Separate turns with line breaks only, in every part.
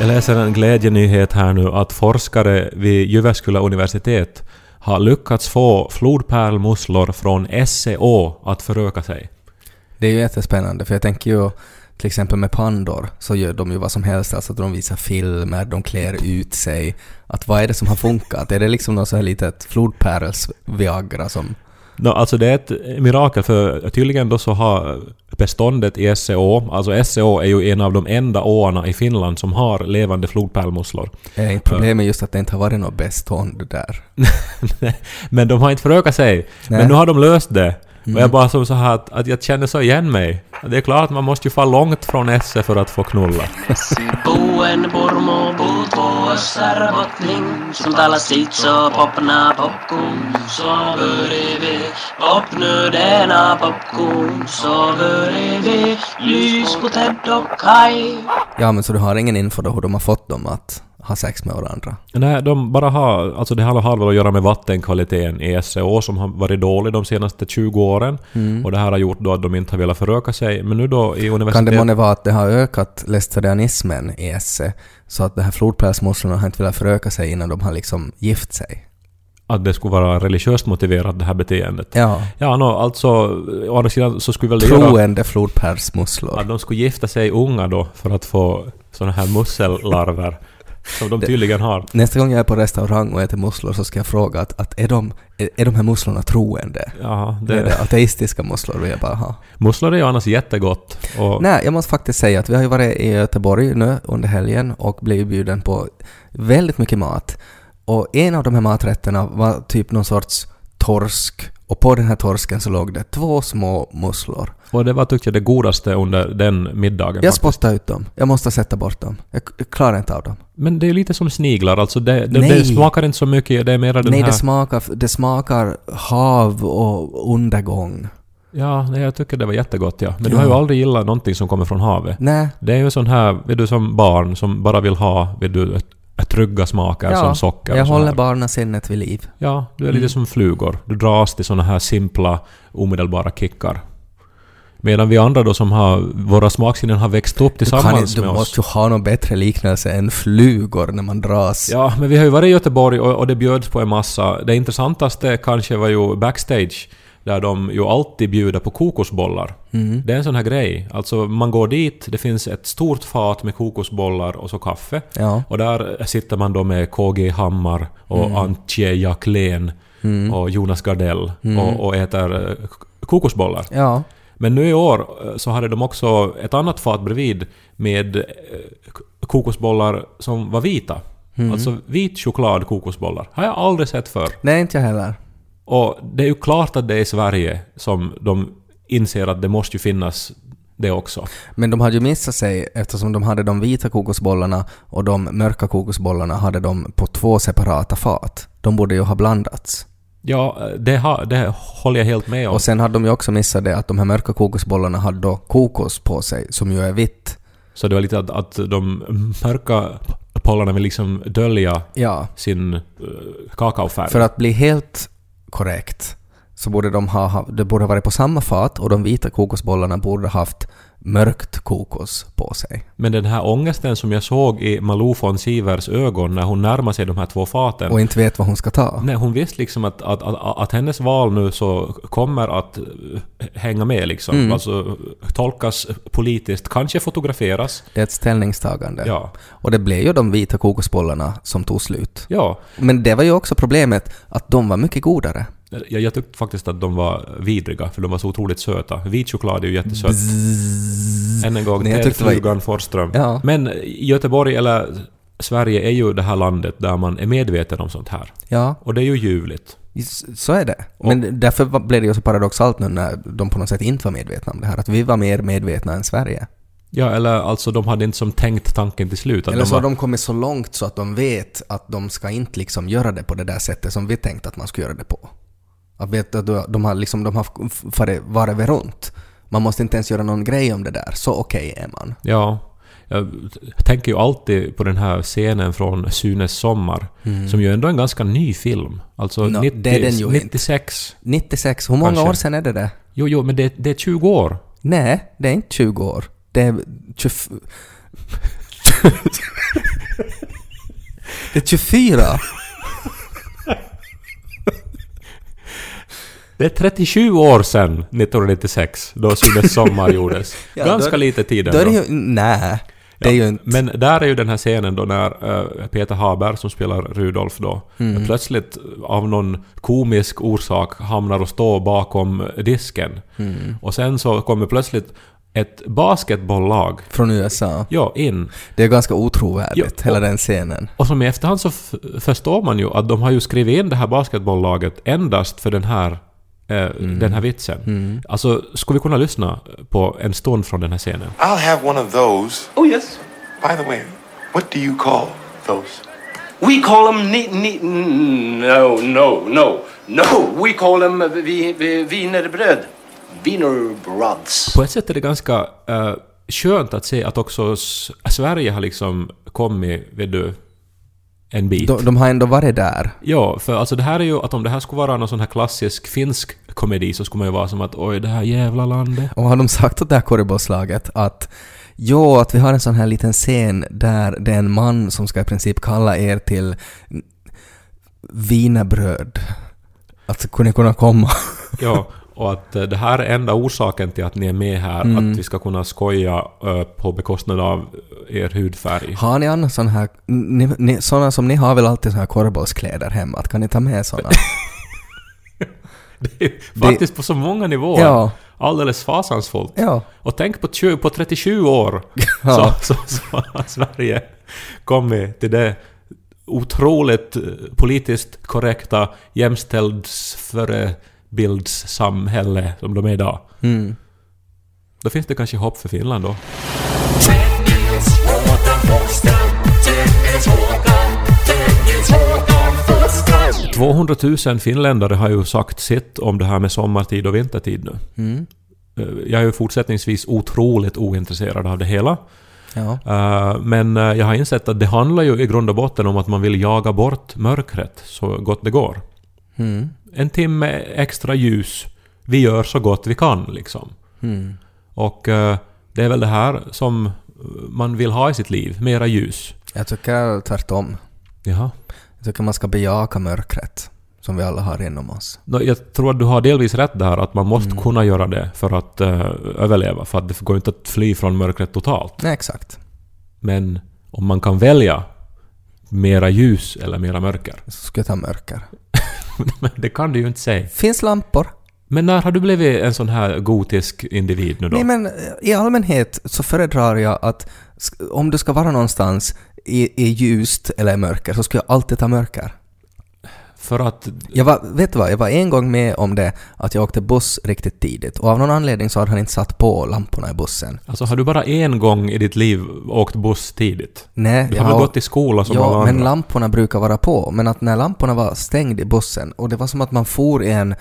läser en glädjenyhet här nu att forskare vid Jyväskylä universitet har lyckats få flodpärlmusslor från SCO att föröka sig.
Det är ju jättespännande, för jag tänker ju till exempel med pandor så gör de ju vad som helst, alltså att de visar filmer, de klär ut sig. Att vad är det som har funkat? Är det liksom något så här litet flodpärls-Viagra som...
No, alltså det är ett mirakel, för tydligen då så har beståndet i SCO, alltså SCO är ju en av de enda åarna i Finland som har levande flodpärlmusslor.
Eh, Problemet är just att det inte har varit något bestånd där.
Men de har inte förökat sig.
Nej.
Men nu har de löst det.
Mm.
Och jag bara som så här att, att jag känner så igen mig. Det är klart att man måste ju få långt från SE för att få knulla.
Puuen purmu puutkoa sarvotling, sun tala sitso popna popkun, sovörivi, popnödena popkun, sovörivi, lys på teddokkai.
Ja, men så du har ingen info då hur de har fått dem att ha sex med varandra?
Nej, de bara har... Alltså det här har väl att göra med vattenkvaliteten i SEO som har varit dålig de senaste 20 åren. Och det här har gjort då att de inte har velat föröka sig. Men nu då i
Mm. Kan det
universitet...
månne vara att det har ökat lästadianismen i esse så att de här flodpärlsmusslorna har inte velat föröka sig innan de har liksom gift sig?
Att det skulle vara religiöst motiverat det här beteendet.
Ja.
Ja, nå, alltså... Å andra sidan så skulle väl det göra
Troende flodpärlsmusslor.
att de skulle gifta sig unga då för att få såna här mussellarver. som de tydligen har.
Nästa gång jag är på restaurang och äter musslor så ska jag fråga att, att är, de, är, är de här musslorna troende?
Ja,
Det... Är det ateistiska musslor? Och jag bara, aha.
Musslor är ju annars jättegott. Och
Nej, jag måste faktiskt säga att vi har ju varit i Göteborg nu under helgen och blivit bjuden på väldigt mycket mat. Och en av de här maträtterna var typ någon sorts torsk och på den här torsken så låg det två små musslor.
Och det var tyckte jag det godaste under den middagen.
Jag
faktiskt.
spottade ut dem. Jag måste sätta bort dem. Jag, jag klarar inte av dem.
Men det är ju lite som sniglar, alltså det, det,
Nej.
det smakar inte så mycket, det är mera den
Nej,
här...
det smakar, det smakar hav och undergång.
ja, nej, jag tycker det var jättegott ja. Men du
Ja.
har ju aldrig gillat någonting som kommer från havet.
Nej,
Det är ju sån här, vet du, som barn som bara vill ha, vet du, ett- ett trygga smaker
Ja,
som socker och
jag
så här.
håller Mm. barnasinnet vid liv.
Ja, du är lite som flugor. Du dras till såna här simpla, omedelbara kickar. Medan vi andra då som har, våra smaksinnen har växt upp
Du, kan,
tillsammans
inte- du
med oss.
måste ju ha någon bättre liknelse än flugor när man dras.
Ja, men vi har ju varit i Göteborg och, och det bjöds på en massa. Det intressantaste kanske var ju backstage, där de ju alltid bjuder på kokosbollar. Det är en sån här grej. Alltså, man går dit, det finns ett stort fat med kokosbollar och så kaffe.
Ja.
Och där sitter man då med KG Hammar och Antje Jacklén och Jonas Gardell och, och äter eh, k- kokosbollar.
ja.
Men nu i år eh, så hade de också ett annat fat bredvid med eh, k- kokosbollar som var vita.
Mm.
Alltså vit choklad kokosbollar. Har jag aldrig sett förr.
Nej, inte jag heller.
Och det är ju klart att det är i Sverige som de inser att det måste ju finnas det också.
Men de hade ju missat sig eftersom de hade de vita kokosbollarna och de mörka kokosbollarna hade de på två separata fat. De borde ju ha blandats.
Ja, eh, det, har, det håller jag helt med om.
Och sen hade de ju också missat det att de här mörka kokosbollarna hade då kokos på sig som ju är vitt.
Så det var lite att, att de mörka pollarna vill liksom dölja
Ja,
sin eh, kakaofärg.
för att bli helt korrekt så borde de ha- ha, det borde ha varit på samma fat och de vita kokosbollarna borde ha haft mörkt kokos på sig.
Men den här ångesten som jag såg i Malou von Sivers ögon när hon närmade sig de här två faten.
Och inte vet vad hon ska ta.
Nej, hon visste liksom att, att, att, att hennes val nu så kommer att eh, hänga med liksom.
Mm.
Alltså tolkas politiskt, kanske fotograferas.
Det är ett ställningstagande.
Ja.
Och det blev ju de vita kokosbollarna som tog slut.
Ja.
Men det var ju också problemet att de var mycket godare.
Jag, jag tyckte faktiskt att de var vidriga, för de var så otroligt söta. Vit choklad är ju jättesöt. Än en gång,
Nej, jag
till
tyckte det var-
flugan Forsström.
Ja.
Men Göteborg, eller Sverige, är ju det här landet där man är medveten om sånt här.
Ja,
Och det är ju ljuvligt.
s- så är det. Men därför var- blev det ju så paradoxalt nu när de på något sätt inte var medvetna om det här, att vi var mer medvetna än Sverige.
Ja, eller alltså de hade inte som tänkt tanken till slut. Att
Eller
de
så har
var,
de kommit så långt så att de vet att de ska inte liksom göra det på det där sättet som vi tänkte att man skulle göra det på. Att vet att de- de har liksom, de har f- farit- varit över runt. Man måste inte ens göra någon grej om det där, så okej är man.
Ja. Jag t- tänker ju alltid på den här scenen från Sunes sommar, som ju ändå är en ganska ny film. Alltså
Mm. Nå,
90,
det är den ju inte.
96.
96, hur många
Kanske.
år sedan är det det?
Jo, jo, men det, det är 20 år.
Nej, det är inte 20 år. Det är 20... Det är 24!
Det är 37 år sedan 1996 då Sunes sommar gjordes.
Ja,
Ganska
då-
lite tid
Då är det
ändå.
ju... Nej. Det är ju inte...
Men där är ju den här scenen då när eh, Peter Haber som spelar Rudolf då plötsligt av någon komisk orsak hamnar och står bakom disken. Och sen så kommer plötsligt ett basketbolllag
Från USA.
ja, in.
Det är ganska otrovärdigt,
Ja,
hela
och-
den scenen.
Och som i efterhand så f- förstår man ju att de har ju skrivit in det här basketbollaget endast för den här, eh, den här vitsen. Alltså, skulle vi kunna lyssna på en stund från den här scenen?
I'll have one of those.
Oh, yes.
By the way, what do you call those?
We call them ni- ni- no, no, no, no. We call them vi- vi- wienerbröd. Wienerbrods.
På ett sätt är det ganska eh, skönt att se att också s- Sverige har liksom kommit, vet du, en bit.
De, de har ändå varit där.
Ja, för alltså det här är ju att om det här skulle vara någon sån här klassisk finsk komedi så skulle man ju vara som att oj, det här jävla landet.
Och har de sagt åt det här korrebollslaget att Jo, att vi har en sån här liten scen där det är en man som ska i princip kalla er till wienerbröd. Alltså, kunde ni kunna komma?
Ja, och att eh, det här är enda orsaken till att ni är med här,
Mm.
att vi ska kunna skoja eh, på bekostnad av eh, er hudfärg.
Har ni annars sån här... Ni, ni, såna som ni har väl alltid såna här korrebollskläder hemma? Att kan ni ta med såna?
Det är faktiskt på så många nivåer.
Ja.
Alldeles fasansfullt.
Ja.
Och tänk på, 20, på 37 år
Ja.
så, så, så har Sverige kommit till det otroligt eh, politiskt korrekta jämställdhetsförebildssamhälle som de är idag. Då finns det kanske hopp för Finland då.
Håkan
200 000 finländare har ju sagt sitt om det här med sommartid och vintertid nu. Eh, Jag är ju fortsättningsvis otroligt ointresserad av det hela.
Ja.
Eh, Men eh, jag har insett att det handlar ju i grund och botten om att man vill jaga bort mörkret så gott det går. En timme extra ljus. Vi gör så gott vi kan liksom. Och eh, det är väl det här som eh, man vill ha i sitt liv. Mera ljus.
Jag tycker tvärtom.
Jaha.
Jag tycker man ska bejaka mörkret som vi alla har inom oss.
Nå, Jag tror att du har delvis rätt där, att man måste kunna göra det för att eh, överleva. För att det går inte att fly från mörkret totalt.
Nej, exakt.
Men om man kan välja mera ljus eller mera mörker.
Så ska jag ta mörker.
Men det kan du ju inte säga.
Finns lampor?
Men när har du blivit en sån här gotisk individ nu då?
Nej, men eh, i allmänhet så föredrar jag att sk- om du ska vara någonstans i, i ljust eller i mörker så ska jag alltid ta mörker.
För att...
Jag var, vet du vad, jag var en gång med om det att jag åkte buss riktigt tidigt och av någon anledning så hade han inte satt på lamporna i bussen.
Alltså har du bara en gång i ditt liv åkt buss tidigt?
Nej,
Du
jag
har väl
har-
gått i skola som alla
Ja, men
andra?
lamporna brukar vara på. Men att när lamporna var stängd i bussen och det var som att man for i en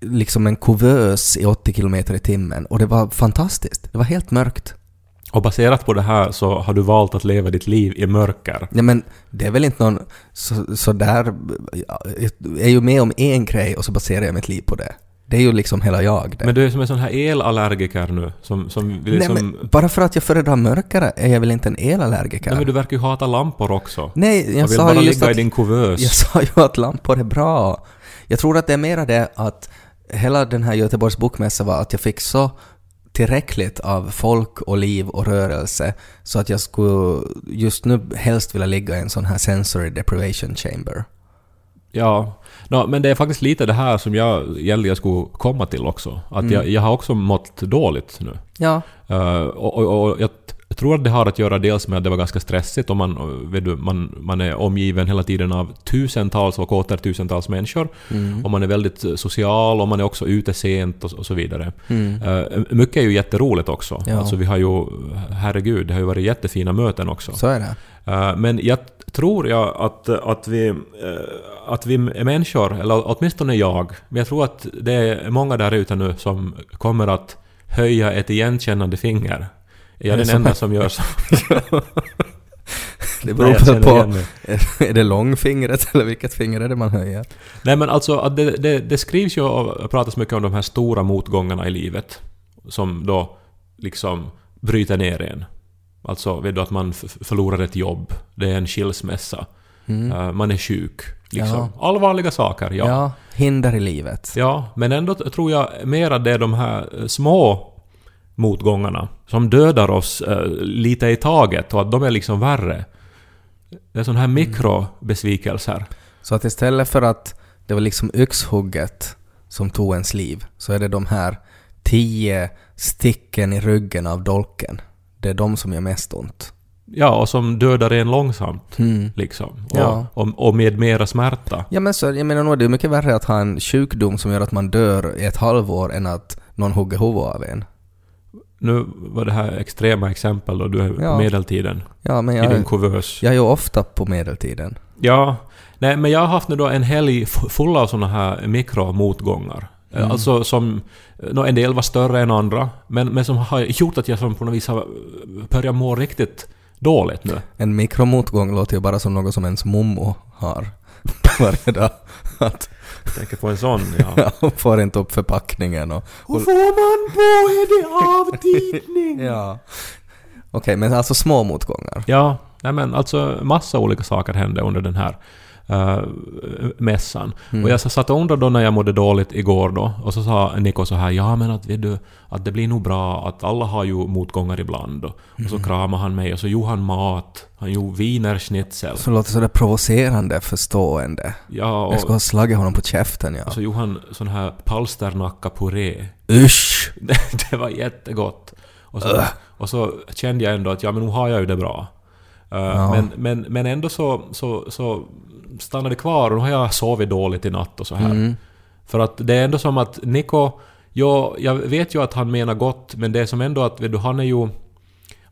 liksom en kuvös i 80 kilometer i timmen och det var fantastiskt. Det var helt mörkt.
Och baserat på det här så har du valt att leva ditt liv i mörker.
Ja, men det är väl inte någon så, så där... Jag är ju med om en grej och så baserar jag mitt liv på det. Det är ju liksom hela jag det.
Men du är som en sån här elallergiker nu, som, som vill
Nej,
liksom...
men bara för att jag föredrar mörkare är jag väl inte en elallergiker?
Nej, men du verkar ju hata lampor också.
Nej,
Jag
jag
vill
sa
bara
ju just
ligga
att,
i din kuvös.
Jag sa ju att lampor är bra. Jag tror att det är mera det att hela den här Göteborgs bokmässa var att jag fick så tillräckligt av folk och liv och rörelse så att jag skulle just nu helst vilja ligga i en sån här sensory deprivation chamber.
Ja, Nå, men det är faktiskt lite det här som jag egentligen skulle komma till också. Att
Mm.
jag, jag har också mått dåligt nu.
Ja.
Eh, och, och, och jag t- tror att det har att göra dels med att det var ganska stressigt och man, eh, vet du, man, man är omgiven hela tiden av tusentals och åter tusentals människor. Och man är väldigt eh, social och man är också ute sent och, och så vidare. Eh, mycket är ju jätteroligt också.
Ja.
Alltså vi har ju, herregud, det har ju varit jättefina möten också.
Så är det.
Eh, Men jag t- tror jag att, att, vi, eh, att vi är människor, eller åtminstone jag, men jag tror att det är många där ute nu som kommer att höja ett igenkännande finger. Är jag
Det är
den
så-
enda som gör så?
Det
Nej, jag
beror
känner
väl på...
igen mig.
Är det långfingret eller vilket finger är det man höjer?
Nej men alltså, att det, det, det skrivs ju och pratas mycket om de här stora motgångarna i livet. Som då liksom bryter ner en. Alltså, vet du, att man f- förlorar ett jobb, det är en skilsmässa. Eh, man är sjuk. Liksom.
Ja.
Allvarliga saker, ja. ja.
Ja, hinder i livet.
men ändå t- tror jag mer att det är de här eh, små motgångarna som dödar oss eh, lite i taget och att de är liksom värre. Det är sådana
Mm.
här mikrobesvikelser.
Så att istället för att det var liksom yxhugget som tog ens liv, så är det de här tio sticken i ryggen av dolken. Det är de som gör mest ont.
Ja, och som dödar en långsamt. Liksom. Och,
Ja.
och, och med mera smärta.
Ja men så, jag menar nog det är mycket värre att ha en sjukdom som gör att man dör i ett halvår än att någon hugger huvudet av en.
Nu var det här extrema exempel och du är på
Ja.
medeltiden
Ja men
i din
jag,
kuvös. Ja.
jag är ju ofta på medeltiden.
Nej, men jag har haft nu då en helg f- full av såna här mikromotgångar. Mm. Alltså som... nå, en del var större än andra, men, men som har gjort att jag som på något vis har eh, börjat må riktigt dåligt nu.
En mikromotgång låter ju bara som något som ens mommo har varje dag. Att
Jag tänker på en sån, ja.
hon får inte upp förpackningen och...
Och får man på är det avtidning?
Ja. Okej, men alltså små motgångar.
Ja, nej men alltså massa olika saker hände under den här eh, mässan.
Mm.
Och jag så satt och undrade då när jag mådde dåligt igår då, och så sa Niko så här ja men att, vet du, att det blir nog bra, att alla har ju motgångar ibland. Och, och
Mm.
så kramade han mig och så gjorde han mat, han gjorde wienerschnitzel.
Så låter sådär provocerande förstående.
Ja,
Jag
och,
ska ha slagit honom på käften,
och
ja.
så gjorde han sån här palsternackapuré.
Usch!
Det, det var jättegott. Och så, och så kände jag ändå att ja, men nu har jag ju det bra. Eh, Men, men, men ändå så, så, så stannade det kvar och nu har jag sovit dåligt i natt och så här. För att det är ändå som att Niko, jag, jag vet ju att han menar gott, men det är som ändå att vet du, han är ju...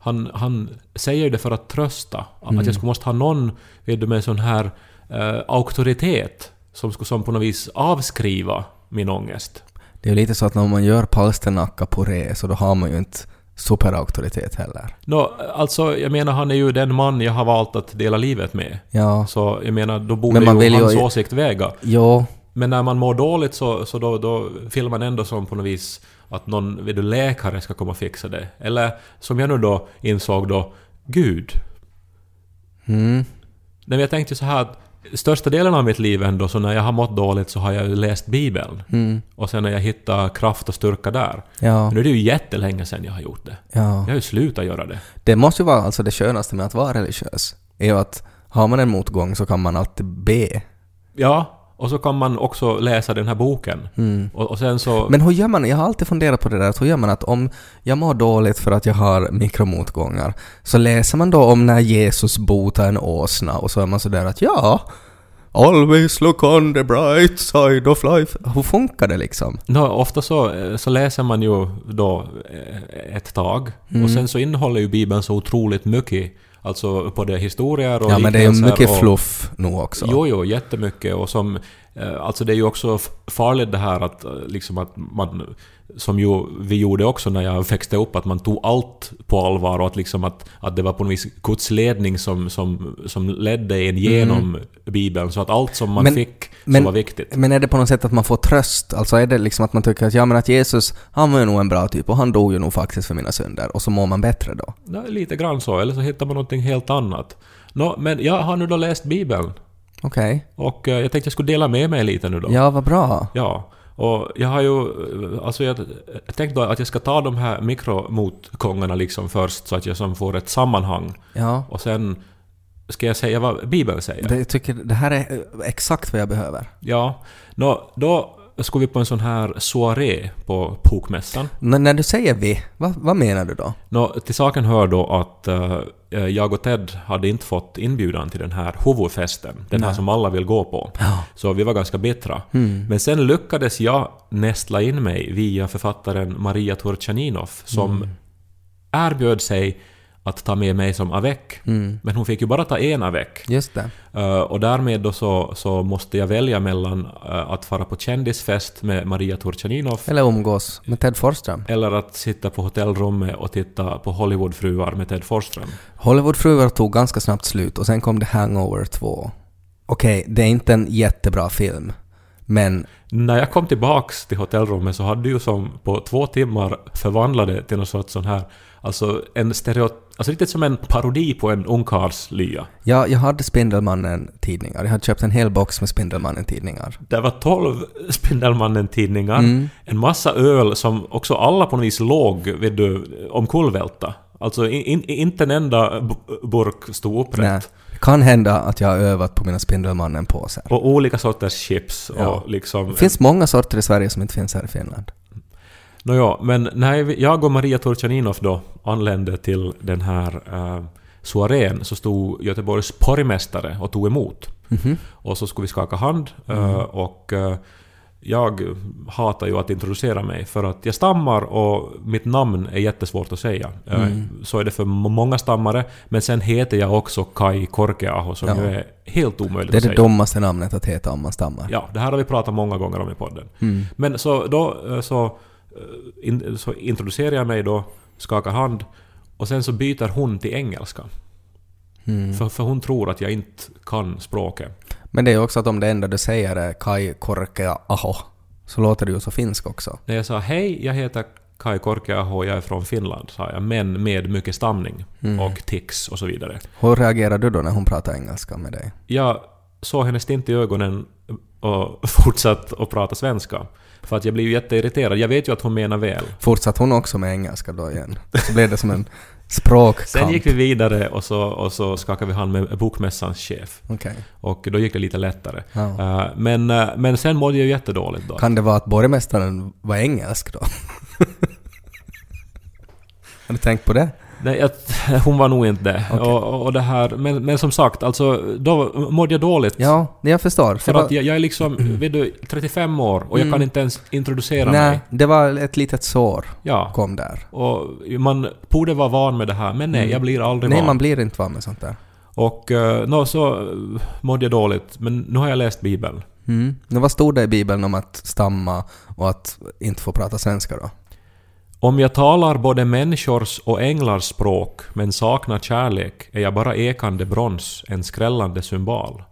Han, han säger ju det för att trösta. Att jag skulle måste ha någon vet du, med en sån här eh, auktoritet som skulle som på något vis avskriva min ångest.
Det är ju lite så att när man gör palsternacka på re så då har man ju inte superauktoritet heller.
Nå, alltså, jag menar han är ju den man jag har valt att dela livet med.
Ja.
Så jag menar, då borde
Men man
ju
vill ju-
hans åsikt väga.
Jo.
Men när man mår dåligt så, så då, då vill man ändå som på något vis att någon vet du, läkare ska komma och fixa det. Eller som jag nu då insåg då, Gud.
Mm.
Nej, men jag tänkte ju så här att största delen av mitt liv ändå, så när jag har mått dåligt så har jag ju läst Bibeln. Och sen när jag hittar kraft och styrka där.
Mm. Ja.
Nu är det ju jättelänge sedan jag har gjort det.
Ja.
Jag har ju slutat göra det.
Det måste ju vara alltså det skönaste med att vara religiös. Är ju att har man en motgång så kan man alltid be.
Ja, och så kan man också läsa den här boken. Och, och sen så...
Mm. Men hur gör man? Jag har alltid funderat på det där, att hur gör man att om jag mår dåligt för att jag har mikromotgångar, så läser man då om när Jesus botar en åsna och så är man sådär att ja, always look on the bright side of life. Hur funkar det liksom?
Nå, ofta så, eh, så läser man ju då eh, ett tag.
Mm.
Och sen så innehåller ju Bibeln så otroligt mycket. Alltså både historier och
Ja, men det är ju
liknelser
mycket
och,
fluff nu också.
Jo, jo, jättemycket. Och som, eh, alltså det är ju också f- farligt det här att, eh, liksom att man, som ju vi gjorde också när jag växte upp, att man tog allt på allvar och att, liksom att, att det var på något vis Guds ledning som, som, som ledde en genom Bibeln. Så att allt som man
Mm. Men-
fick som
men-
var viktigt.
Men är det på något sätt att man får tröst? Alltså är det liksom att man tycker att ja men att Jesus, han var ju nog en bra typ och han dog ju nog faktiskt för mina synder och så mår man bättre då?
Ja, lite grann så, eller så hittar man någonting helt annat. Nå, men jag har nu då läst Bibeln
Okej.
och eh, jag tänkte jag skulle dela med mig lite nu då.
Ja, vad bra.
Ja, och jag har ju... eh, Alltså jag jag tänkte då att jag ska ta de här mikromotgångarna liksom först så att jag som får ett sammanhang.
Ja.
Och sen ska jag säga vad Bibeln säger.
Det, jag tycker det här är eh, exakt vad jag behöver.
Ja. Nå, då ska vi på en sån här soaré på Pokmässan.
Men när du säger vi, vad, vad menar du då?
Nå, till saken hör då att eh, jag och Ted hade inte fått inbjudan till den här huvudfesten. Den här som alla vill gå på. Så vi var ganska bittra. Men sen lyckades jag nästla in mig via författaren Maria Turchaninov som erbjöd sig att ta med mig som avec. Men hon fick ju bara ta en avec.
Just det.
Eh, och därmed då så, så måste jag välja mellan eh, att fara på kändisfest med Maria Turchaninov
Eller umgås med Ted Forsström.
eller att sitta på hotellrummet och titta på Hollywoodfruar med Ted Forsström.
Hollywoodfruar tog ganska snabbt slut och sen kom The Hangover 2. Okej, det är inte en jättebra film. Men
När jag kom tillbaks till hotellrummet så hade du ju som på två timmar förvandlade till någon sorts sån här Alltså en stereo... Alltså riktigt som en parodi på en ungkarlslya.
Ja, jag hade Spindelmannen-tidningar. Jag hade köpt en hel box med Spindelmannen-tidningar.
Det var 12 Spindelmannen-tidningar,
Mm.
en massa öl som också alla på något vis låg vet du, omkullvälta. Alltså in, in, inte en enda b- burk stod
Nej.
upprätt.
eh, Kan hända att jag har övat på mina Spindelmannen-påsar.
Och olika sorters chips och
Ja.
liksom...
Det finns många sorter i Sverige som inte finns här i Finland.
Nåja, men när vi- jag och Maria Turchaninov då anlände till den här eh, soarén så stod Göteborgs porrmästare och tog emot.
Mhm.
Och så skulle vi skaka hand eh, och eh, jag hatar ju att introducera mig för att jag stammar och mitt namn är jättesvårt att säga. Eh,
Mm.
Så är det för m- många stammare. Men sen heter jag också Kai Korkeaho som
Ja.
ju är helt omöjligt
Det är
att
det
säga.
dummaste namnet att heta om man stammar.
Ja, det här har vi pratat många gånger om i podden. Men så då eh, så, eh, in, så introducerar jag mig då, skakar hand och sen så byter hon till engelska. För, för hon tror att jag inte kan språket.
Men det är ju också att om det enda du säger är Kai Korkea Aho, så låter det ju så finsk också.
När jag sa hej, jag heter Kai Korkeaho, jag är från Finland, sa jag, men med mycket stamning och tics och så vidare.
Hur reagerar du då när hon pratar engelska med dig?
Jag såg henne stint i ögonen och fortsatt att prata svenska. För att jag blev ju jätteirriterad. Jag vet ju att hon menar väl.
Fortsatt hon också med engelska då igen? Så blev det som en språkkamp.
Sen gick vi vidare och så, och så skakade vi hand med bokmässans chef.
Okej.
Och då gick det lite lättare.
Ja.
Eh, Men, eh, men sen mådde jag ju jättedåligt då.
Kan det vara att borgmästaren var engelsk då? Har du tänkt på det?
Nej, jag, hon var nog inte det.
Okej.
Och, och- och det här, men, men som sagt, alltså, då mådde jag dåligt.
Ja, det jag förstår.
För
det var,
att jag, jag är liksom vet du, 35 år och jag kan inte ens introducera
Mm. nej,
mig.
det var ett litet sår
Ja.
kom där.
Och man borde vara van med det här, men nej, jag blir aldrig
Mm. Nej,
van.
man blir inte van med sånt där.
Och eh, nå, så eh, mådde jag dåligt, men nu har jag läst Bibeln.
Mm. Men Vad stod det i Bibeln om att stamma och att inte få prata svenska då?
Om jag talar både människors och änglars språk men saknar kärlek är jag bara ekande brons, en skrällande symbol.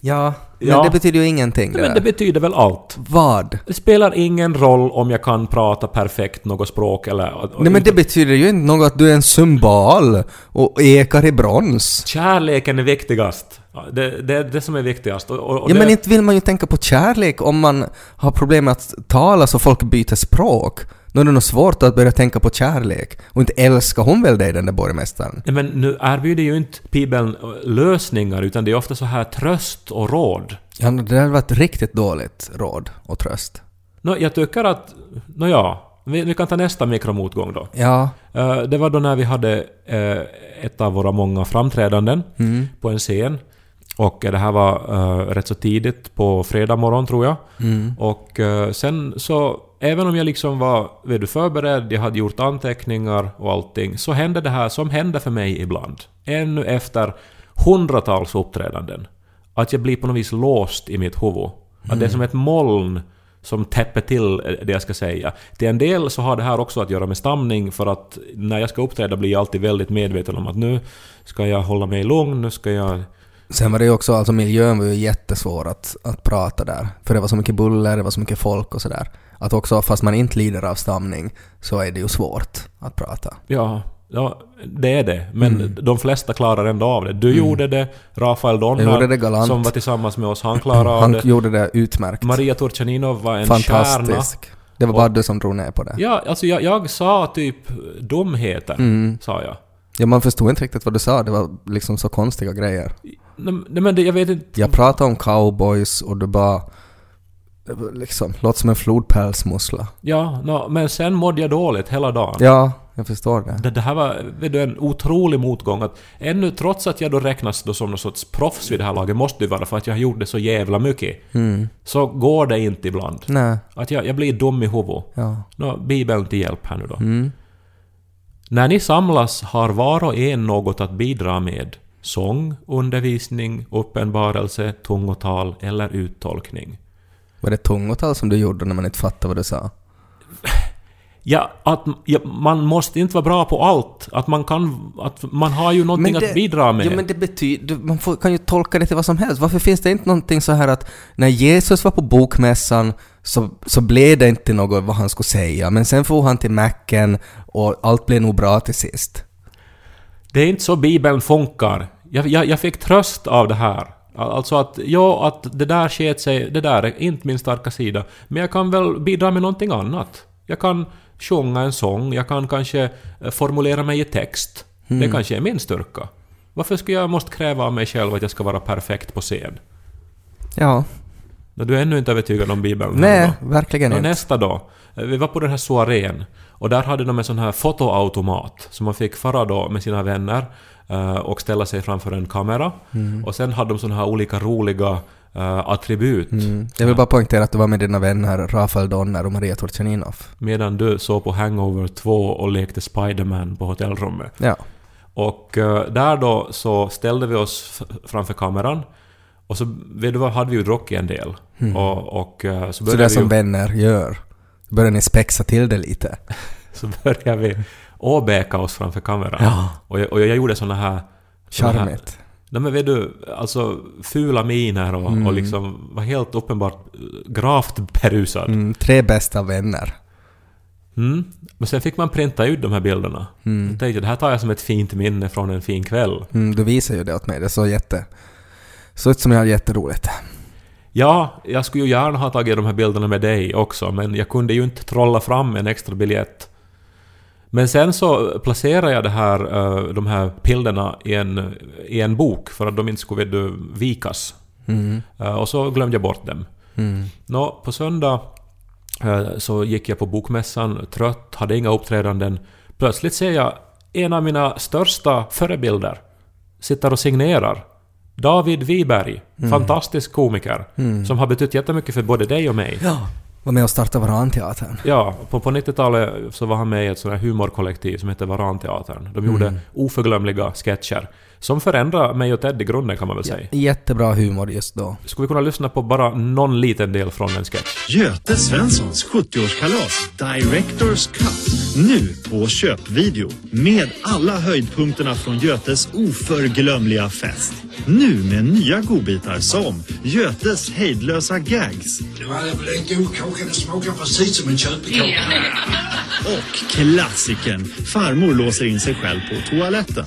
Ja, men
Ja.
det betyder ju ingenting det,
Men det
där.
betyder väl allt?
Vad?
Det spelar ingen roll om jag kan prata perfekt något språk eller...
Nej men det betyder ju inte något att du är en symbol och ekar i brons.
Kärleken är viktigast. Ja, Det, det är det som är viktigast. Och, och, och
Ja
det,
men inte vill man ju tänka på kärlek om man har problem med att tala så folk byter språk. Då är det nog svårt att börja tänka på kärlek. Och inte älskar hon väl dig den där borgmästaren?
Nej, men nu erbjuder ju inte Bibeln eh, lösningar utan det är ofta så här tröst och råd.
Ja, det där var ett riktigt dåligt råd och tröst.
Nå, jag tycker att... Nåja, vi, vi kan ta nästa mikromotgång då.
Ja,
Eh, Det var då när vi hade eh, ett av våra många framträdanden på en scen. Och eh, det här var eh, rätt så tidigt på fredag morgon tror jag. Och eh, sen så, även om jag liksom var vet du, förberedd, jag hade gjort anteckningar och allting, så hände det här som hände för mig ibland. Ännu efter hundratals uppträdanden. Att jag blir på något vis låst i mitt huvud. Att det är som
Mm.
ett moln som täpper till eh, det jag ska säga. Till en del så har det här också att göra med stamning för att när jag ska uppträda blir jag alltid väldigt medveten om att nu ska jag hålla mig lugn, nu ska jag...
Sen var det ju också, alltså miljön var ju jättesvår att, att prata där. För det var så mycket buller, det var så mycket folk och sådär. Att också, fast man inte lider av stamning, så är det ju svårt att prata.
Ja, ja det är det. Men
Mm.
de flesta klarar ändå av det. Du gjorde det, Rafael
Jag gjorde
Donna
det galant.
som var tillsammans med oss, han klarade av
Han
det.
gjorde det utmärkt.
Maria Turchaninov var en stjärna.
Fantastisk. Det var bara du som drog ner på det.
Ja, alltså jag, jag sa typ dumheter,
Mm.
sa jag.
Ja, man förstod inte riktigt vad du sa, det var liksom så konstiga grejer.
Nej, nej, men det, jag vet inte...
Jag pratade om cowboys och du bara... det var Liksom, låter som en flodpärlsmussla.
Ja, nå, men sen mådde jag dåligt hela dagen.
Ja, jag förstår det.
Det, det här var vet du, en otrolig motgång. Att ännu, trots att jag då räknas då som någon sorts proffs vid det här laget, måste det vara för att jag har gjort det så jävla mycket, så går det inte ibland.
Mm. Nej,
Att jag, jag blir dum i huvudet.
ja. Mm.
Nå, Bibeln till hjälp här nu då. När ni samlas har var och en något att bidra med. Sång, undervisning, uppenbarelse, tungotal eller uttolkning.
Var det tungotal som du gjorde när man inte fattade vad du sa?
Ja, att ja, man måste inte vara bra på allt. Att man kan... Att man har ju någonting att bidra med.
Jo, men det betyder, man får, kan ju tolka det till vad som helst. Varför finns det inte någonting så här att när Jesus var på bokmässan så, så blev det inte något vad han skulle säga, men sen får han till macken och allt blev nog bra till sist.
Det är inte så Bibeln funkar. Jag, jag, jag fick tröst av det här. Alltså att, ja, att det där sket sig, det där är inte min starka sida. Men jag kan väl bidra med någonting annat. Jag kan sjunga en sång, jag kan kanske eh, formulera mig i text.
Mm.
Det kanske är min styrka. Varför skulle jag måste kräva av mig själv att jag ska vara perfekt på scen?
Ja,
När Du är ännu inte övertygad om Bibeln?
nej,
Hanna.
verkligen
Och
inte.
nästa dag, eh, vi var på den här soarén och där hade de en sån här fotoautomat som man fick fara då med sina vänner eh, och ställa sig framför en kamera.
Mm.
Och sen hade de såna här olika roliga eh, attribut
Jag vill bara poängtera att du var med dina vänner Rafael Donner och Maria Turchinov.
medan du såg på Hangover 2 och lekte Spiderman på hotellrummet.
Ja.
Och eh, där då så ställde vi oss f- framför kameran och så vet du vad, hade vi ju druckit en del. Och, och eh, så
Mm. Så
började
det är
vi
som
ju-
vänner gör. Börjar ni spexa till det lite?
så började vi åbäka oss framför kameran. Och, jag, och jag gjorde såna här... såna här-
Charmigt.
Nej men vet du, alltså fula miner och,
Mm.
och liksom var helt uppenbart eh, gravt berusad.
Mm, tre bästa vänner.
Mm. Men sen fick man printa ut de här bilderna. Mm. Då tänkte jag, det här tar jag som ett fint minne från en fin kväll.
Mm, du visar ju det åt mig, det såg jätte... Såg ut som jag hade jätteroligt.
Ja, jag skulle ju gärna ha tagit de här bilderna med dig också, men jag kunde ju inte trolla fram en extra biljett. Men sen så placerade jag det här, eh, de här bilderna i en, i en bok för att de inte skulle vet du, vikas. Eh, Och så glömde jag bort dem. Nå, på söndag eh, så gick jag på bokmässan trött, hade inga uppträdanden. Plötsligt ser jag en av mina största förebilder sitter och signerar. David Wiberg, fantastisk komiker, som har betytt jättemycket för både dig och mig.
Ja. Var med och startade Varanteatern.
Ja, på, på 90-talet så var han med i ett sånt här humorkollektiv som hette Varanteatern. De gjorde oförglömliga sketcher som förändrade mig och Ted i grunden kan man väl säga.
Jättebra humor just då.
Skulle vi kunna lyssna på bara någon liten del från en sketch?
Göte Svenssons 70-årskalas Directors Cut. Nu på köpvideo. Med alla höjdpunkterna från Götes oförglömliga fest. Nu med nya godbitar som Götes hejdlösa gags
Du hade väl en god kaka? Den smakar precis som en köttkaka.
och klassikern Farmor låser in sig själv på toaletten.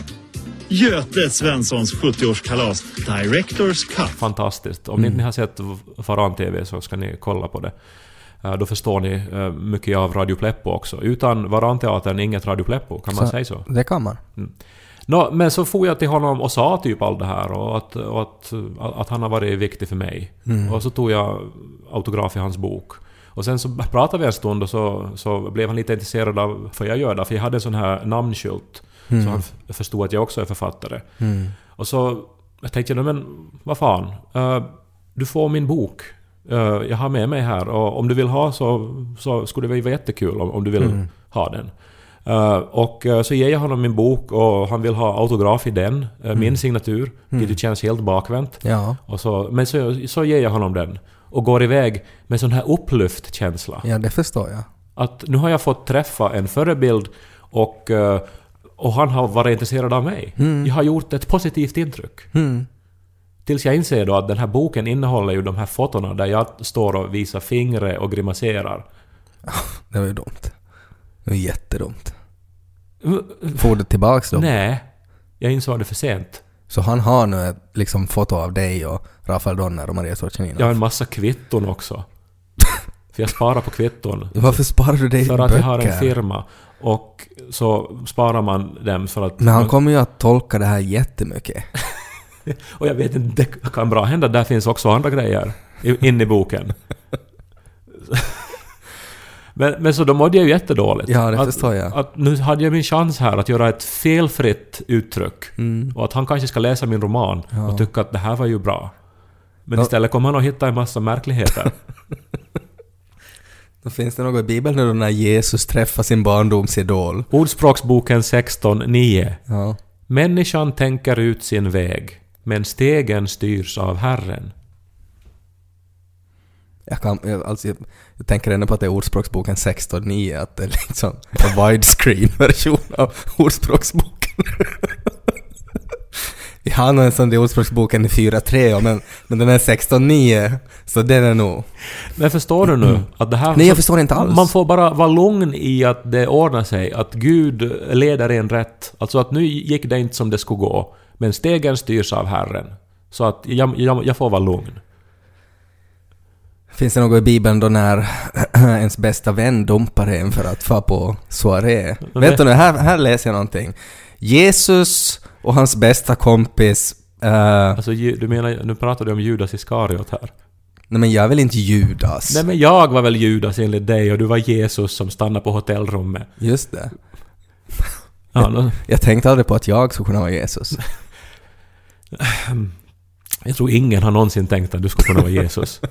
Göte Svenssons 70-årskalas Directors Cut.
Fantastiskt. Om ni inte har sett Varan TV så ska ni kolla på det. Eh, Då förstår ni eh, mycket av Radio Pleppo också. Utan Varanteatern, inget Radio Pleppo. Kan man säga så?
Det kan man.
Nå, men så får jag till honom och sa typ allt det här och att, och att, att han har varit viktig för mig. Och så tog jag autograf i hans bok. Och sen så pratade vi en stund och så, så blev han lite intresserad av vad jag gör där. För jag hade en sån här namnskylt. Så han f- förstod att jag också är författare. Och så jag tänkte jag, men vad fan. eh, du får min bok. Eh, jag har med mig här och om du vill ha så, så skulle det vara jättekul om, om du vill ha den. Eh, och eh, så ger jag honom min bok och han vill ha autograf i den, eh, min signatur, vilket känns helt bakvänt.
Ja.
Och så, men så, så ger jag honom den och går iväg med sån här upplyft känsla.
Ja, det förstår jag.
Att nu har jag fått träffa en förebild och, eh, och han har varit intresserad av mig.
Mm.
Jag har gjort ett positivt intryck. Tills jag inser då att den här boken innehåller ju de här fotona där jag står och visar fingret och grimaserar.
Det var ju dumt. Det var jättedumt. Får du tillbaks då?
Nej, jag insåg det för sent.
Så han har nu ett liksom, foto av dig och Rafael Donner och Maria Sorcinino.
Jag har en massa kvitton också. för jag sparar på kvitton.
Varför sparar du dig i
För
böcker?
att jag har en firma. Och så sparar man dem för att...
Men han kommer ju att tolka det här jättemycket.
Och jag vet inte, det kan bra hända där finns också andra grejer i- inne i boken. Men, men så då mådde jag ju jättedåligt.
Ja, det
att,
förstår jag.
Att nu hade jag min chans här att göra ett felfritt uttryck.
Mm.
Och att han kanske ska läsa min roman och tycka att det här var ju bra. Men
Ja.
istället kommer han att hitta en massa märkligheter.
Då finns det något i Bibeln nu då när Jesus träffar sin barndomsidol?
Ordspråksboken 16.9.
Ja.
Människan tänker ut sin väg, men stegen styrs av Herren.
Jag kan, jag, alltså, jag, Jag tänker ändå på att det är Ordspråksboken 16.9, att det är liksom en widescreen-version av Ordspråksboken. Vi har nog en sån där Ordspråksboken i 4.3, ja, men, men den är 16.9, så den är nog...
Men förstår du nu? Att det här,
Mm. Nej, jag förstår inte alls.
Man får bara vara lugn i att det ordnar sig, att Gud leder en rätt. Alltså att nu gick det inte som det skulle gå, men stegen styrs av Herren. Så att jag, jag, jag får vara lugn.
Finns det något i Bibeln då när ens bästa vän dumpar en för att få på soaré? Vänta nu, här, här läser jag någonting. Jesus och hans bästa kompis... eh,
Alltså, ju- du menar, nu pratar du om Judas Iskariot här.
nej men jag är väl inte Judas?
Nej men jag var väl Judas enligt dig och du var Jesus som stannade på hotellrummet.
Just det.
Ja, nu,
Jag tänkte aldrig på att jag skulle kunna vara Jesus.
jag tror ingen har någonsin tänkt att du skulle kunna vara Jesus.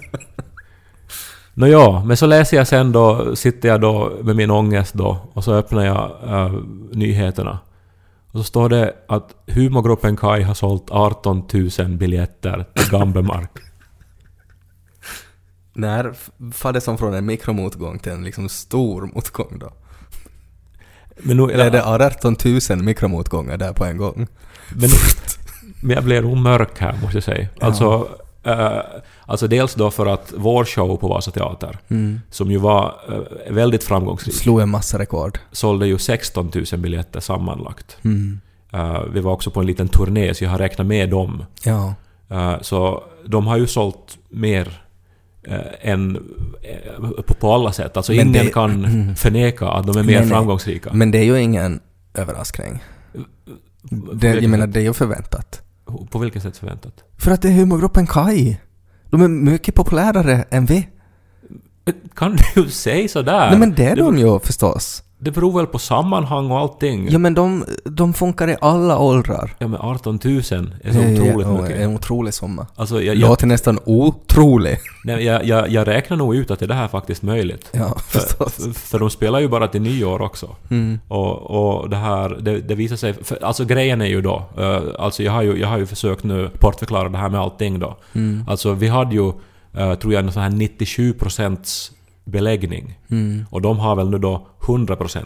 Nåja, men så läser jag sen då, sitter jag då med min ångest då och så öppnar jag eh, nyheterna. Och så står det att humorgruppen Kai har sålt 18 000 biljetter till Gambemark.
När f- faller det som från en mikromotgång till en liksom stor motgång då?
Men nu,
Eller är det 18 000 mikromotgångar där på en gång?
Men, men jag blev nog mörk här, måste jag säga. Alltså, eh, alltså dels då för att vår show på Vasa Teater, som ju var eh, väldigt framgångsrik,
Slog en massa rekord.
sålde ju 16 000 biljetter sammanlagt.
Mm.
Eh, vi var också på en liten turné, så jag har räknat med dem.
Ja.
Eh, så de har ju sålt mer eh, än eh, på- på alla sätt. Alltså
Men
ingen
det- Mm.
kan förneka att de är
Nej,
mer
nej.
framgångsrika.
Men det är ju ingen överraskning. Det, jag menar, det är ju förväntat.
På vilket sätt förväntat?
För att det är humorgruppen Kai. De är mycket populärare än vi.
Eh, Kan du säga sådär?
Nej men det är
Det
de ju förstås.
Det beror väl på sammanhang och allting.
Ja men de, de funkar i alla åldrar.
Ja, men 18 000 är så otroligt
ja,
mycket.
Det är en otrolig summa.
Alltså, jag, jag,
Låter nästan otrolig.
nej, jag, jag, jag räknar nog ut att det här är faktiskt möjligt.
Ja, förstås.
För, för de spelar ju bara till nyår också. Och, och det här, det, det visar sig... För, alltså grejen är ju då, eh, alltså jag har ju, jag har ju försökt nu bortförklara det här med allting då. Alltså vi hade ju, eh, tror jag, en sån här 97% beläggning. Och de har väl nu då 100%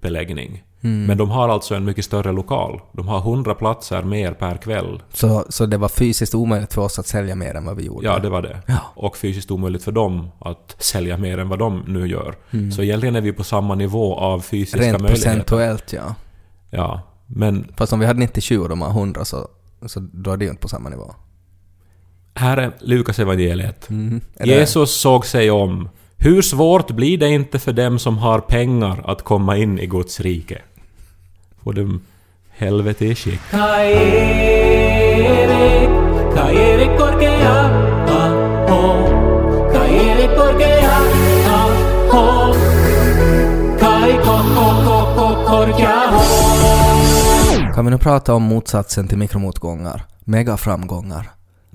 beläggning. Men de har alltså en mycket större lokal. De har 100 platser mer per kväll
Så, så det var fysiskt omöjligt för oss att sälja mer än vad vi gjorde.
Ja, det var det. Och fysiskt omöjligt för dem att sälja mer än vad de nu gör. Så egentligen är vi på samma nivå av fysiska
Mm. Rent
möjligheter.
procentuellt ja.
Ja, men
Fast om vi hade 97 och de har 100 så, så då är det ju inte på samma nivå.
här är Lukas evangeliet.
Mm. Är det-
Jesus såg sig om. Hur svårt blir det inte för dem som har pengar att komma in i Guds rike? Får dem helvete i skick.
Caeré, caeré porque ah, ah, oh, caeré porque ah, ah, oh, cae co, co, co, co, porque ah, oh.
Kan vi nu prata om motsatsen till mikromotgångar? Megaframgångar.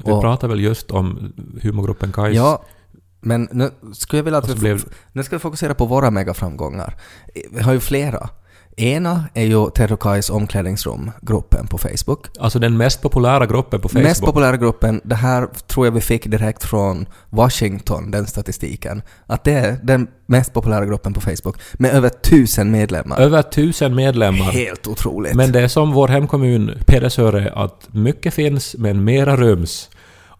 Vi
Och-
pratar väl just om humorgruppen Kajs?
Ja, men nu skulle jag vilja att
Och
vi
så blev-
nu ska vi fokusera på våra megaframgångar. Vi har ju flera. Ena är ju Terrokais omklädningsrum-gruppen på Facebook.
Alltså den mest populära gruppen på Facebook.
Mest populära gruppen, det här tror jag vi fick direkt från Washington, den statistiken. Att det är den mest populära gruppen på Facebook med över tusen medlemmar.
Över tusen medlemmar.
Helt otroligt.
Men det är som vår hemkommun Pedersöre att mycket finns men mera ryms.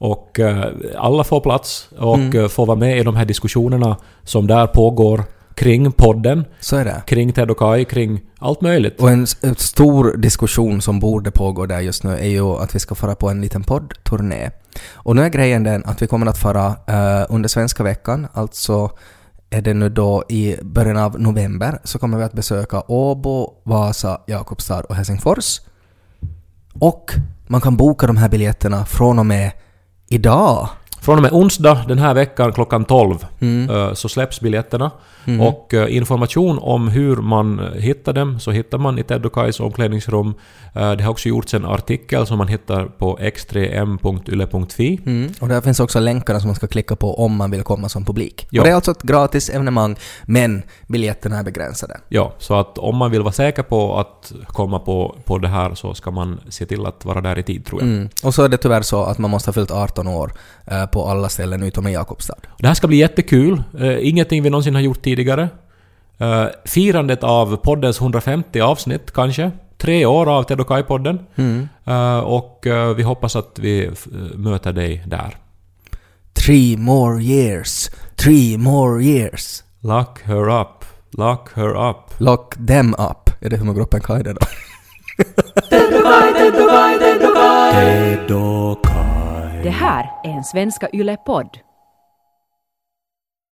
Och eh, alla får plats och eh, får vara med i de här diskussionerna som där pågår kring podden,
Så är det.
kring Ted och Kai, kring allt möjligt.
Och en, s- en stor diskussion som borde pågå där just nu är ju att vi ska fara på en liten poddturné. Och nu är grejen den att vi kommer att fara eh, under svenska veckan, alltså är det nu då i början av november, så kommer vi att besöka Åbo, Vasa, Jakobstad och Helsingfors. Och man kan boka de här biljetterna från och med idag.
Från och med onsdag den här veckan klockan 12 eh, så släpps biljetterna. Och eh, information om hur man eh, hittar dem så hittar man i Ted och Kais omklädningsrum. Eh, Det har också gjorts en artikel som man hittar på x3m.yle.fi.
Och där finns också länkarna som man ska klicka på om man vill komma som publik.
Ja.
Och det är alltså ett gratis evenemang, men biljetterna är begränsade.
Ja, så att om man vill vara säker på att komma på, på det här så ska man se till att vara där i tid tror jag.
Mm. Och så är det tyvärr så att man måste ha fyllt 18 år eh, på alla ställen utom i Jakobstad.
Det här ska bli jättekul. Eh, ingenting vi någonsin har gjort tidigare. Eh, firandet av poddens 150 avsnitt kanske. Tre år av Ted och Kai-podden. Eh, och eh, vi hoppas att vi f- eh, möter dig där.
Three more years, three more years.
Lock her up. Lock her up.
Lock them up. Är det humorgruppen Kaide då?
Det här är en Svenska Yle-podd.